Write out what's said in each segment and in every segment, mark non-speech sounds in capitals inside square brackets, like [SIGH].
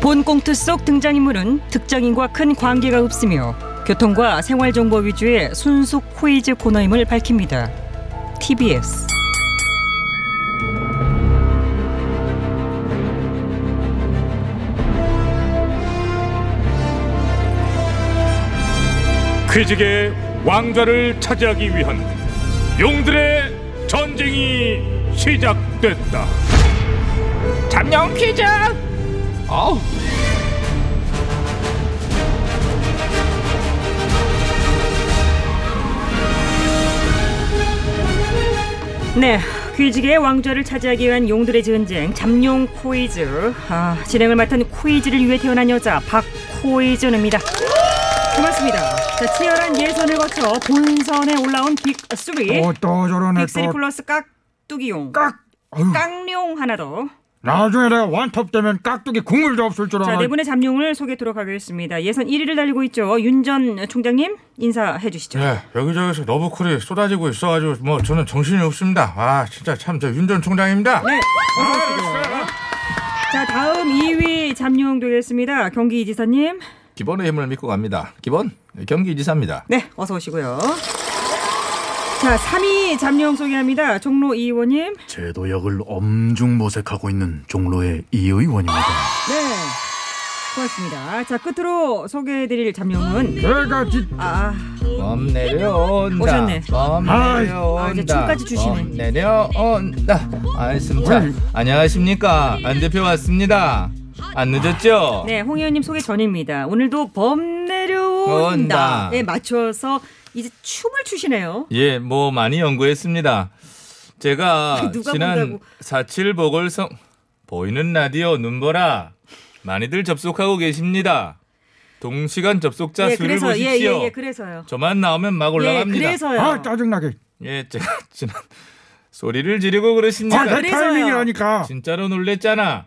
본 꽁트 속 등장인물은 특정인과 큰 관계가 없으며 교통과 생활 정보 위주의 순수 코이즈 코너임을 밝힙니다. TBS 퀴즈계의 왕좌를 차지하기 위한 용들의 전쟁이 시작됐다. 잠룡 퀴즈. 아우. 네, 퀴즈계의 왕좌를 차지하기 위한 용들의 전쟁 잠룡 코이즈 아, 진행을 맡은 코이즈를 위해 태어난 여자 박코이즈입니다. 고맙습니다. 자, 치열한 예선을 거쳐 본선에 올라온 빅3 또또 저러네 빅3 어, 또 플러스 깍두기용 깍. 아유, 깡룡 하나 더. 나중에 내가 원톱 되면 깍두기 국물도 없을 줄 자, 어. 알아. 네 분의 잠룡을 소개하도록 하겠습니다. 예선 1위를 달리고 있죠. 윤 전 총장님 인사해 주시죠. 네, 여기저기서 러브콜이 쏟아지고 있어가지고 뭐 저는 정신이 없습니다. 아 진짜 참 저 윤 전 총장입니다. 네. 자, 다음 2위 잠룡 되겠습니다. 경기지사님. 기본의 힘을 믿고 갑니다. 기본 경기지사입니다. 네, 어서 오시고요. 자, 3위 잠룡 소개합니다. 종로 이 의원님. 제도역을 엄중 모색하고 있는 종로의 이 의원입니다. 네. 고맙습니다. 자, 끝으로 소개해 드릴 잠룡은 내가 지 아, 범 내려온다. 오셨네. 범 아이. 내려온다. 아, 이제 춤까지 주시네. 범 내려온다. 알겠습니다. 안녕하십니까. 안 대표 왔습니다. 안 늦었죠? 네, 홍 의원님 소개 전입니다. 오늘도 범 온다. 내려온다에 맞춰서 이제 춤을 추시네요. 예, 뭐 많이 연구했습니다. 제가 아, 누가 지난 본다고. 4.7 보궐선 보이는 라디오 눈보라 많이들 접속하고 계십니다. 동시간 접속자 예, 수를 그래서 예, 보십시오. 예, 예, 그래서요. 저만 나오면 막 올라갑니다. 예, 그래서요. 아 짜증나게. 예, 제가 [LAUGHS] 지난 소리를 지르고 아, 그러십니다. 내 그래서요. 타이밍이라니까. 진짜로 놀랬잖아.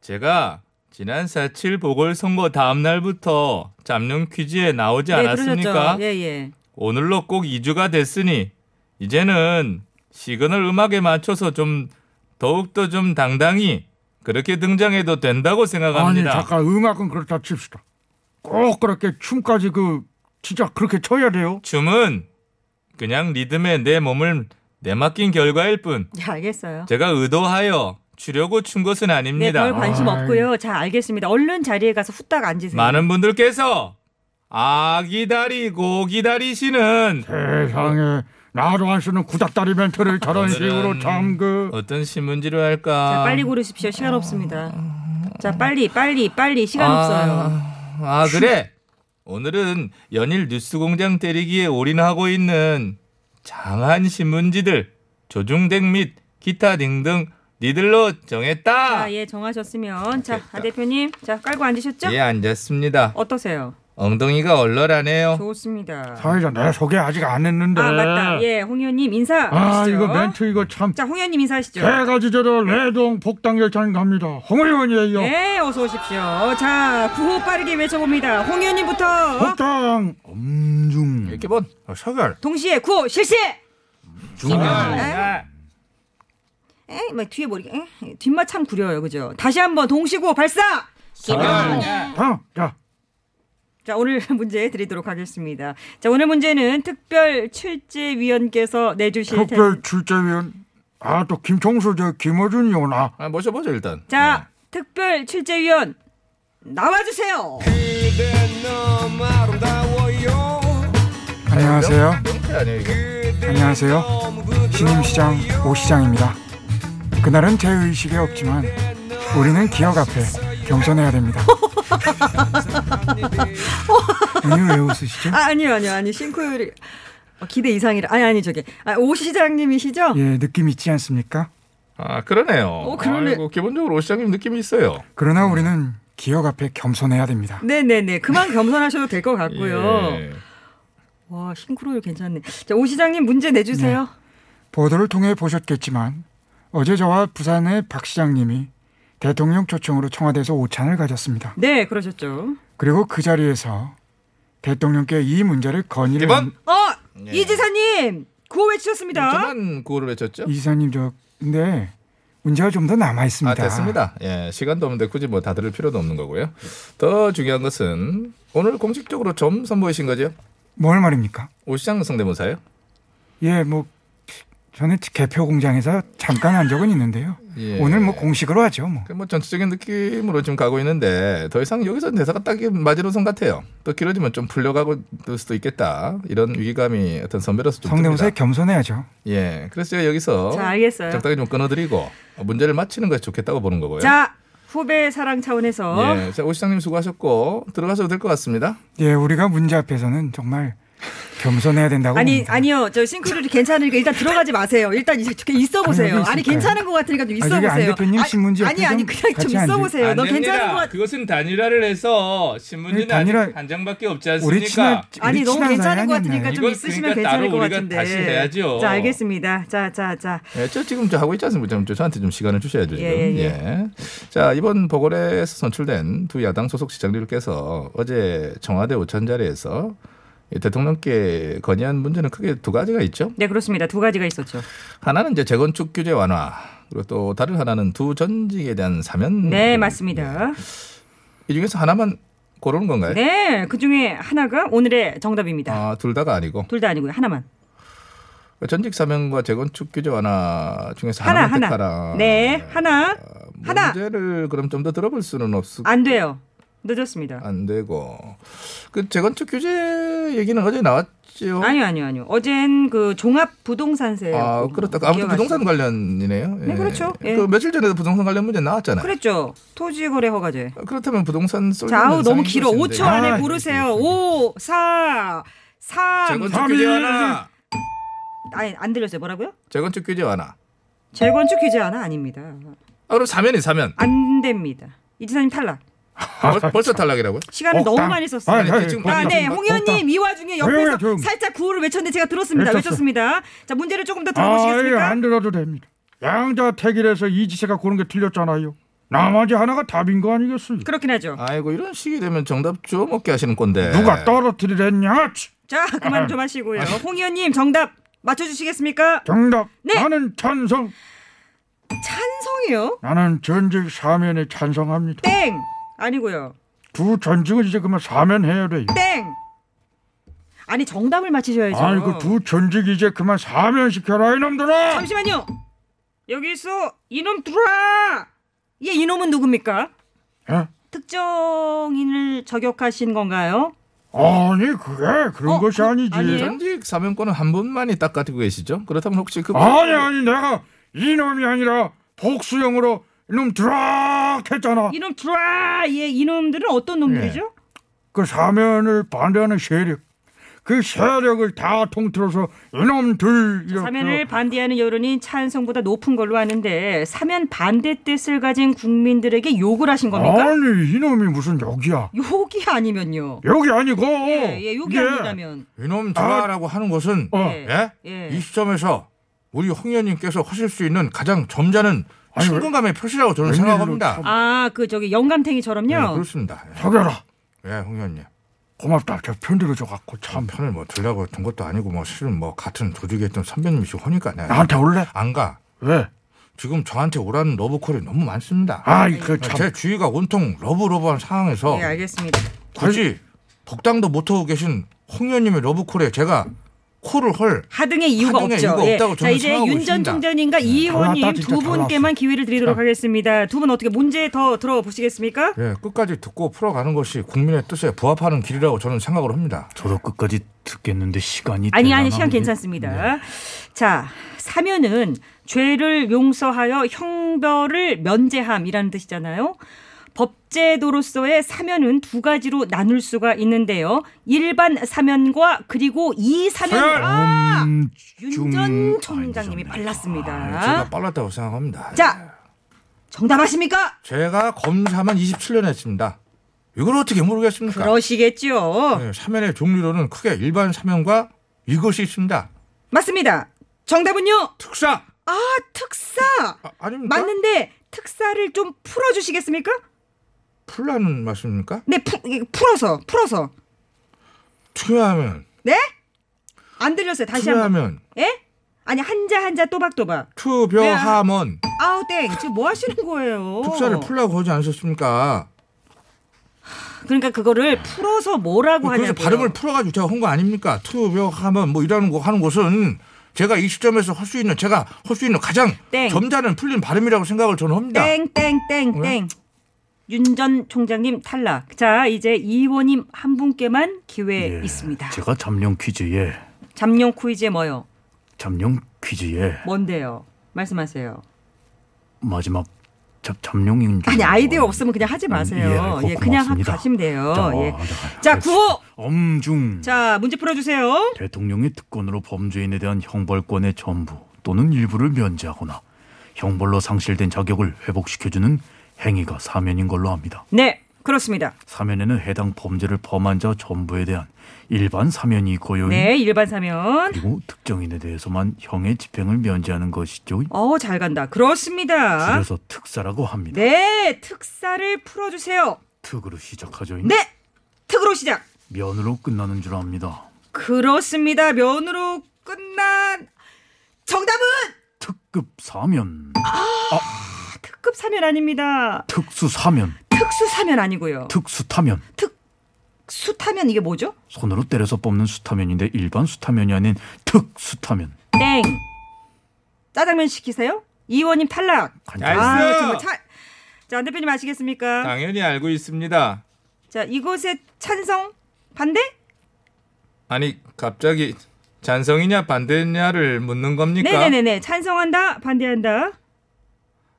제가 지난 4.7 보궐선거 다음 날부터 잠룡 퀴즈에 나오지 예, 않았습니까? 그러셨죠. 예, 예. 오늘로 꼭 2주가 됐으니 이제는 시그널 음악에 맞춰서 좀 더욱더 좀 당당히 그렇게 등장해도 된다고 아니 생각합니다. 잠깐 음악은 그렇다 칩시다. 꼭 그렇게 춤까지 그 진짜 그렇게 쳐야 돼요. 춤은 그냥 리듬에 내 몸을 내맡긴 결과일 뿐 예, 알겠어요. 제가 의도하여 추려고 춘 것은 네, 아닙니다. 별 관심 아이. 없고요. 자, 알겠습니다. 얼른 자리에 가서 후딱 앉으세요. 많은 분들께서 아 기다리고 기다리시는 세상에 나도 안 쓰는 구닥다리 멘트를 저런 오늘은- 식으로 참 그. 어떤 신문지로 할까? 자, 빨리 고르십시오. 시간 없습니다. 자, 빨리, 빨리, 빨리. 시간 없어요. 아, 아, 그래. 오늘은 연일 뉴스공장 때리기에 올인하고 있는 장한 신문지들 조중댁 및 기타 등등 니들로 정했다. 자, 예, 정하셨으면. 자, 아 대표님. 자, 깔고 앉으셨죠? 예, 앉았습니다. 어떠세요? 엉덩이가 얼얼하네요. 좋습니다. 사회자 내 소개 아직 안 했는데. 아, 맞다. 예, 홍 의원님 인사. 아 하시죠. 이거 멘트 이거 참. 자, 홍 의원님 인사하시죠. 제가 지저로 레동 복당 열차는 갑니다. 홍 의원이에요. 예, 어서 오십시오. 자, 구호 빠르게 외쳐봅니다. 홍 의원님부터 복당. 엄중 기본 서결. 동시에 구호 실시! 중결. 에이, 막 뒤에 머리, 에이, 뒷맛 참 구려요, 그죠? 다시 한번 동시구호 발사! 어, 다음. 자. 자, 오늘 [LAUGHS] 문제 드리도록 하겠습니다. 자, 오늘 문제는 특별 출제위원께서 내주실 텐데. 특별 출제위원 아 또 김총수 저 김어준이 오나 아, 모셔보죠 일단. 자, 특별 출제위원 나와주세요. 안녕하세요. 명태 아니에요 이거? 안녕하세요. 신임시장 오 시장입니다. 그날은 제 의식에 없지만 우리는 기억 앞에 겸손해야 됩니다. 아니 왜 웃으시죠? 아, 아니요, 아니요, 아니 싱크율이 어, 기대 이상이라. 아니, 아니 저기 아, 오 시장님이시죠? 예, 느낌 있지 않습니까? 아 그러네요. 어, 그러네. 아이고, 기본적으로 오 시장님 느낌이 있어요. 그러나 우리는 기억 앞에 겸손해야 됩니다. 네, 네, 네. 그만 겸손하셔도 될 것 같고요. 예. 와, 싱크로율 괜찮네. 자, 오 시장님 문제 내주세요. 보도를 통해 보셨겠지만 어제 저와 부산의 박 시장님이 대통령 초청으로 청와대에서 오찬을 가졌습니다. 네, 그러셨죠. 그리고 그 자리에서 대통령께 이 문제를 건의를 기본. 어, 예. 이지사님 구호 외치셨습니다. 저만 구호를 외쳤죠? 이사님 저 근데 네. 문제가 좀 더 남아 있습니다. 아, 됐습니다. 예, 시간도 없는데 굳이 뭐 다 들을 필요도 없는 거고요. 더 중요한 것은 오늘 공식적으로 좀 선보이신 거죠? 뭘 말입니까? 오 시장 성대모사요? 예, 뭐 저는 개표 공장에서 잠깐 한 적은 있는데요. 예. 오늘 뭐 공식으로 하죠, 뭐. 그뭐 전체적인 느낌으로 지금 가고 있는데 더 이상 여기서 대사가 딱 이게 마지노선 같아요. 또 길어지면 좀 풀려가고 될 수도 있겠다. 이런 위기감이 어떤 선배로서 좀 성대모사에 듭니다. 겸손해야죠. 예, 그래서 제가 여기서 자, 알겠어요. 적당히 좀 끊어드리고 문제를 맞히는 것이 좋겠다고 보는 거고요. 자 후배 사랑 차원에서 예, 자, 오 시장님 수고하셨고 들어가셔도 될 것 같습니다. 예, 우리가 문제 앞에서는 정말 겸손해야 된다고 아니 봅니다. 아니요 저 싱크로율이 괜찮으니까 일단 들어가지 마세요. 일단 이제 저렇게 있어 보세요. 여기 아니 있을까요? 괜찮은 것 같으니까 좀 그러니까. 아, 있어 여기 안 보세요. 대표님 신문지 아니 옆에 아니 좀 그냥 좀 같이 있어 앉으- 보세요. 너 괜찮은 것 같. 아, 네. 그것은 단일화를 해서 아니, 단일화- 아직 한 장밖에 없지 우리 친한 우리 아니 너무 그, 친한 괜찮은 사이 것 아니었나요? 같으니까 좀 이건 있으시면 그러니까 괜찮을 따로 것 우리가 같은데. 다시 해야죠. 자 알겠습니다. 자 자 자. 예, 저 지금 저 하고 있지 않습니까? 좀, 저- 저한테 좀 시간을 주셔야죠. 지금. 예, 예, 예. 예. 자 이번 보궐에서 선출된 두 야당 소속 시장들께서 어제 청와대 오찬 자리에서 이 대통령께 건의한 문제는 크게 두 가지가 있죠. 네 그렇습니다. 두 가지가 있었죠. 하나는 이제 재건축 규제 완화 그리고 또 다른 하나는 두 전직에 대한 음, 사면. 네 맞습니다. 이 중에서 하나만 고르는 건가요? 네, 그 중에 하나가 오늘의 정답입니다. 아, 둘 다가 아니고 그 둘 다 아니고요, 하나만. 전직 사면과 재건축 규제 완화 중에서 하나, 하나만 하나. 택하라. 네, 하나. 아, 하나. 문제를 그럼 좀 더 들어볼 수는 없을 안 돼요. 늦었습니다. 안 되고 그 재건축 규제 얘기는 어제 아니요, 나왔죠. 네, 아니요, 아니요. 어젠 그 종합 부동산세. 아 그렇다. 아무튼 부동산 관련이네요. 네, 그렇죠. 예. 그 며칠 전에도 부동산 관련 문제 나왔잖아요. 그랬죠. 토지거래 허가제. 그렇다면 부동산 쏠. 자, 아우 너무 길어. 5초 아, 안에 고르세요. 5, 4, 3. 재건축 규제 완화. 아니, 안 들렸어요. 뭐라고요? 재건축 규제 완화. 재건축 규제 하나 아닙니다. 아, 그럼 사면이 사면. 안 됩니다. 이지사님 탈락. 아, 벌, 벌써 탈락이라고요? 그러니까 시간을 먹다. 너무 많이 썼어요. 아니, 아니, 지금- 아, 네, 먹다. 홍 어, 의원님 이 와중에 조용히 옆에서 해, 조용히. 살짝 구호를 외쳤는데 제가 들었습니다. 외쳤어. 외쳤습니다. 자, 문제를 조금 더 아예 들어보시겠습니까? 안 들어도 됩니다. 양자 택일에서 이지세가 고른 게 틀렸잖아요. 나머지 하나가 답인 거 아니겠어요? 그렇긴 하죠. 아이고 이런 식이 되면 정답 주워 먹게 하시는 건데. 누가 떨어뜨리랬냐? 치! 자, 그만 좀 하시고요. 홍 의원님 정답 맞춰주시겠습니까? 정답. 네. 나는 찬성. 찬성이요? 나는 전직 사면에 찬성합니다. 땡! 아니고요. 두 전직은 이제 그만 사면해야 돼요. 땡! 아니 정답을 맞히셔야죠. 아이고 그 두 전직 이제 그만 사면시켜라 이놈들아. 잠시만요. 여기서 이놈 들어와. 얘 이놈은 누굽니까? 예? 특정인을 저격하신 건가요? 아니 그게 그런 어, 것이 그- 아니지. 아니에요? 전직 사면권은 한 분만이 딱 가지고 계시죠? 그렇다면 혹시 그 아니 아니 내가 이놈이 아니라 복수형으로 이놈 드락 했잖아. 이놈 들어와. 얘 이놈들은 어떤 놈들이죠? 그 사면을 반대하는 세력. 그 세력을 다 통틀어서 이놈들 이렇게 사면을 반대하는 여론이 찬성보다 높은 걸로 아는데 사면 반대 뜻을 가진 국민들에게 욕을 하신 겁니까? 아니 이놈이 무슨 여기야? 욕이 아니면요. 여기 아니고. 예, 예, 욕이 이게 아니라면. 이놈 좋아라고 하는 것은 어. 예. 예? 예. 이 시점에서 우리 홍 의원님께서 하실 수 있는 가장 점잖은 아니, 친근감의 표시라고 저는 웬일로 생각합니다. 참- 아, 그 저기 예, 영감탱이처럼요. 그렇습니다. 예. 석열아 예, 홍 의원님. 고맙다. 저 편들어줘 갖고 참참 편을 뭐 들려고 든 것도 아니고 뭐 실은 뭐 같은 조직에 있던 선배님이시고 하니까 내가 나한테 올래? 안 가. 왜? 지금 저한테 오라는 러브콜이 너무 많습니다. 네, 아이 그참 제 주위가 온통 러브러브한 상황에서 예, 알겠습니다. 굳이 복당도 못하고 계신 홍 의원님의 러브콜에 제가 코를 헐 하등의 이유가 하등의 없죠. 예. 이유가 없다고 자, 저는 이제 생각하고 윤 전 있습니다. 네. 아, 총장님과 이 의원님 달랐다, 진짜 두 분께만 기회를 드리도록 하겠습니다. 두 분 어떻게 문제 더 들어보시겠습니까? 예, 끝까지 듣고 풀어가는 것이 국민의 뜻에 부합하는 길이라고 저는 생각을 합니다. 저도 끝까지 듣겠는데 시간이 아니 되나? 아니 시간 괜찮습니다. 자 사면은 죄를 용서하여 형벌을 면제함이라는 뜻이잖아요. 법제도로서의 사면은 두 가지로 나눌 수가 있는데요. 일반 사면과 그리고 이 사면. 아! 음, 윤 전 중- 총장님이 아니죠. 발랐습니다. 제가 빨랐다고 생각합니다. 예. 자 정답하십니까? 제가 검사만 27년 했습니다. 이걸 어떻게 모르겠습니까? 그렇죠. 그러시겠죠. 예, 사면의 종류로는 크게 일반 사면과 이것이 있습니다. 맞습니다. 정답은요. 특사 아 특사. 아, 아닙니까? 맞는데 특사를 좀 풀어주시겠습니까? 풀라는 말씀입니까? 네 푸, 이게 풀어서 풀어서. 투여하면 네? 안 들렸어요. 다시 한번. 투여하면 예? 아니 한자 한자 또박또박. 투벼하면 아 아우 땡 지금 뭐 하시는 거예요? 축사를 풀라고 하지 않으셨습니까? 그 그러니까 그거를 풀어서 뭐라고 하냐고. 그래서 발음을 풀어가지고 제가 한 거 아닙니까? 투역 하면 뭐 이라는 거 하는 것은 제가 이 시점에서 할 수 있는 제가 할 수 있는 가장 땡. 점잖은 풀린 발음이라고 생각을 저는 합니다. 네. 땡땡땡땡. 윤 전 총장님 탈락. 자 이제 이원님 한 분께만 기회 예, 있습니다. 제가 잠룡 퀴즈에 잠룡 퀴즈에 뭐요? 잠룡 퀴즈에 뭔데요? 말씀하세요. 마지막 잡 잠룡인 줄 아니 아이디어 알고. 없으면 그냥 하지 예, 마세요. 알고 예, 그냥 고맙습니다. 가시면 돼요. 자, 예. 자, 자 알겠습니다. 구호 엄중 자 문제 풀어주세요. 대통령이 특권으로 범죄인에 대한 형벌권의 전부 또는 일부를 면제하거나 형벌로 상실된 자격을 회복시켜주는 행위가 사면인 걸로 합니다. 네 그렇습니다. 사면에는 해당 범죄를 범한 자 전부에 대한 일반 사면이 있고요. 네 일반 사면. 그리고 특정인에 대해서만 형의 집행을 면제하는 것이죠. 어 잘 간다. 그렇습니다. 줄여서 특사라고 합니다. 네 특사를 풀어주세요. 특으로 시작하죠. 네 특으로 시작. 면으로 끝나는 줄 압니다. 그렇습니다. 면으로 끝난 정답은 특급 사면, 특급 사면 아닙니다. 특수 사면, 특수 사면 아니고요. 특수 타면. 수타면 이게 뭐죠? 손으로 때려서 뽑는 수타면인데 일반 수타면이 아닌 특수타면. 땡. 짜장면 시키세요? 이원님 탈락. 간장. 아, 알았어요. 정말 차... 자, 안 대표님 아시겠습니까? 당연히 알고 있습니다. 자, 이곳에 찬성 반대? 아니 갑자기 잔성이냐 반대냐를 묻는 겁니까? 네네네네. 찬성한다, 반대한다.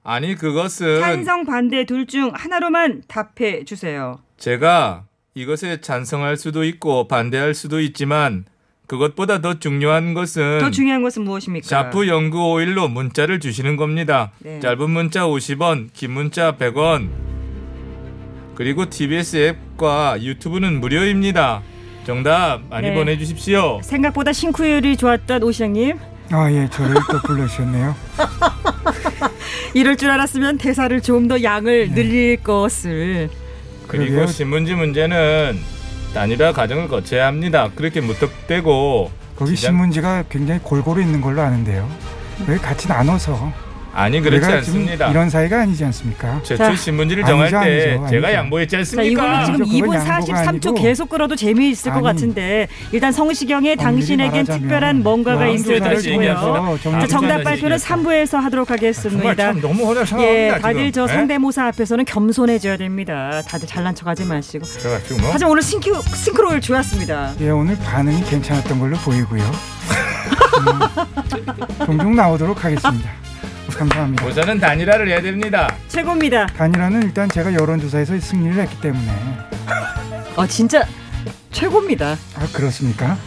아니 그것은 찬성 반대 둘 중 하나로만 답해 주세요. 제가 이것에 찬성할 수도 있고 반대할 수도 있지만 그것보다 더 중요한 것은 더 중요한 것은 무엇입니까? 샤프 연구 51로 문자를 주시는 겁니다. 네. 짧은 문자 50원, 긴 문자 100원. 그리고 TBS 앱과 유튜브는 무료입니다. 정답 많이 네. 보내주십시오. 생각보다 싱크율이 좋았던 오 시장님. 아, [LAUGHS] 예, 저를 또 불러주셨네요. 이럴 줄 알았으면 대사를 좀 더 양을 네. 늘릴 것을. 그리고 그러게요. 신문지 문제는 단일화 과정을 거쳐야 합니다. 그렇게 무턱대고 거기 시장- 신문지가 굉장히 골고루 있는 걸로 아는데요. 왜 같이 나눠서 아니 그렇지 우리가 지금 않습니다. 이런 사이가 아니지 않습니까? 자. 제출 신문지를 정할 아니죠, 때 아니죠, 제가 아니죠. 양보했지 자, 않습니까? 이거는 지금 그건 2분 양보가 43초 아니고. 계속 끌어도 재미있을 것 아니. 같은데 일단 성시경의 엄밀히 당신에겐 말하자면 특별한 뭔가가 왕조의 있을 아, 그렇죠. 다시 것이고요. 얘기하죠. 어, 자, 정말 정답 발표는 다시 3부에서 하도록 정말 하겠습니다. 참 너무 허나 예, 상황입니다. 다들 저 지금. 예? 성대모사 앞에서는 겸손해져야 됩니다. 다들 잘난 척하지 마시고. 제가 지금 뭐 하지만 오늘 싱크, 싱크로율 좋았습니다. 예, 오늘 반응이 괜찮았던 걸로 보이고요. 음, 종종 나오도록 하겠습니다. 감사합니다. 우선은 단일화를 해야 됩니다. 최고입니다. 단일화는 일단 제가 여론조사에서 승리를 했기 때문에 어, 진짜 최고입니다. 아 그렇습니까?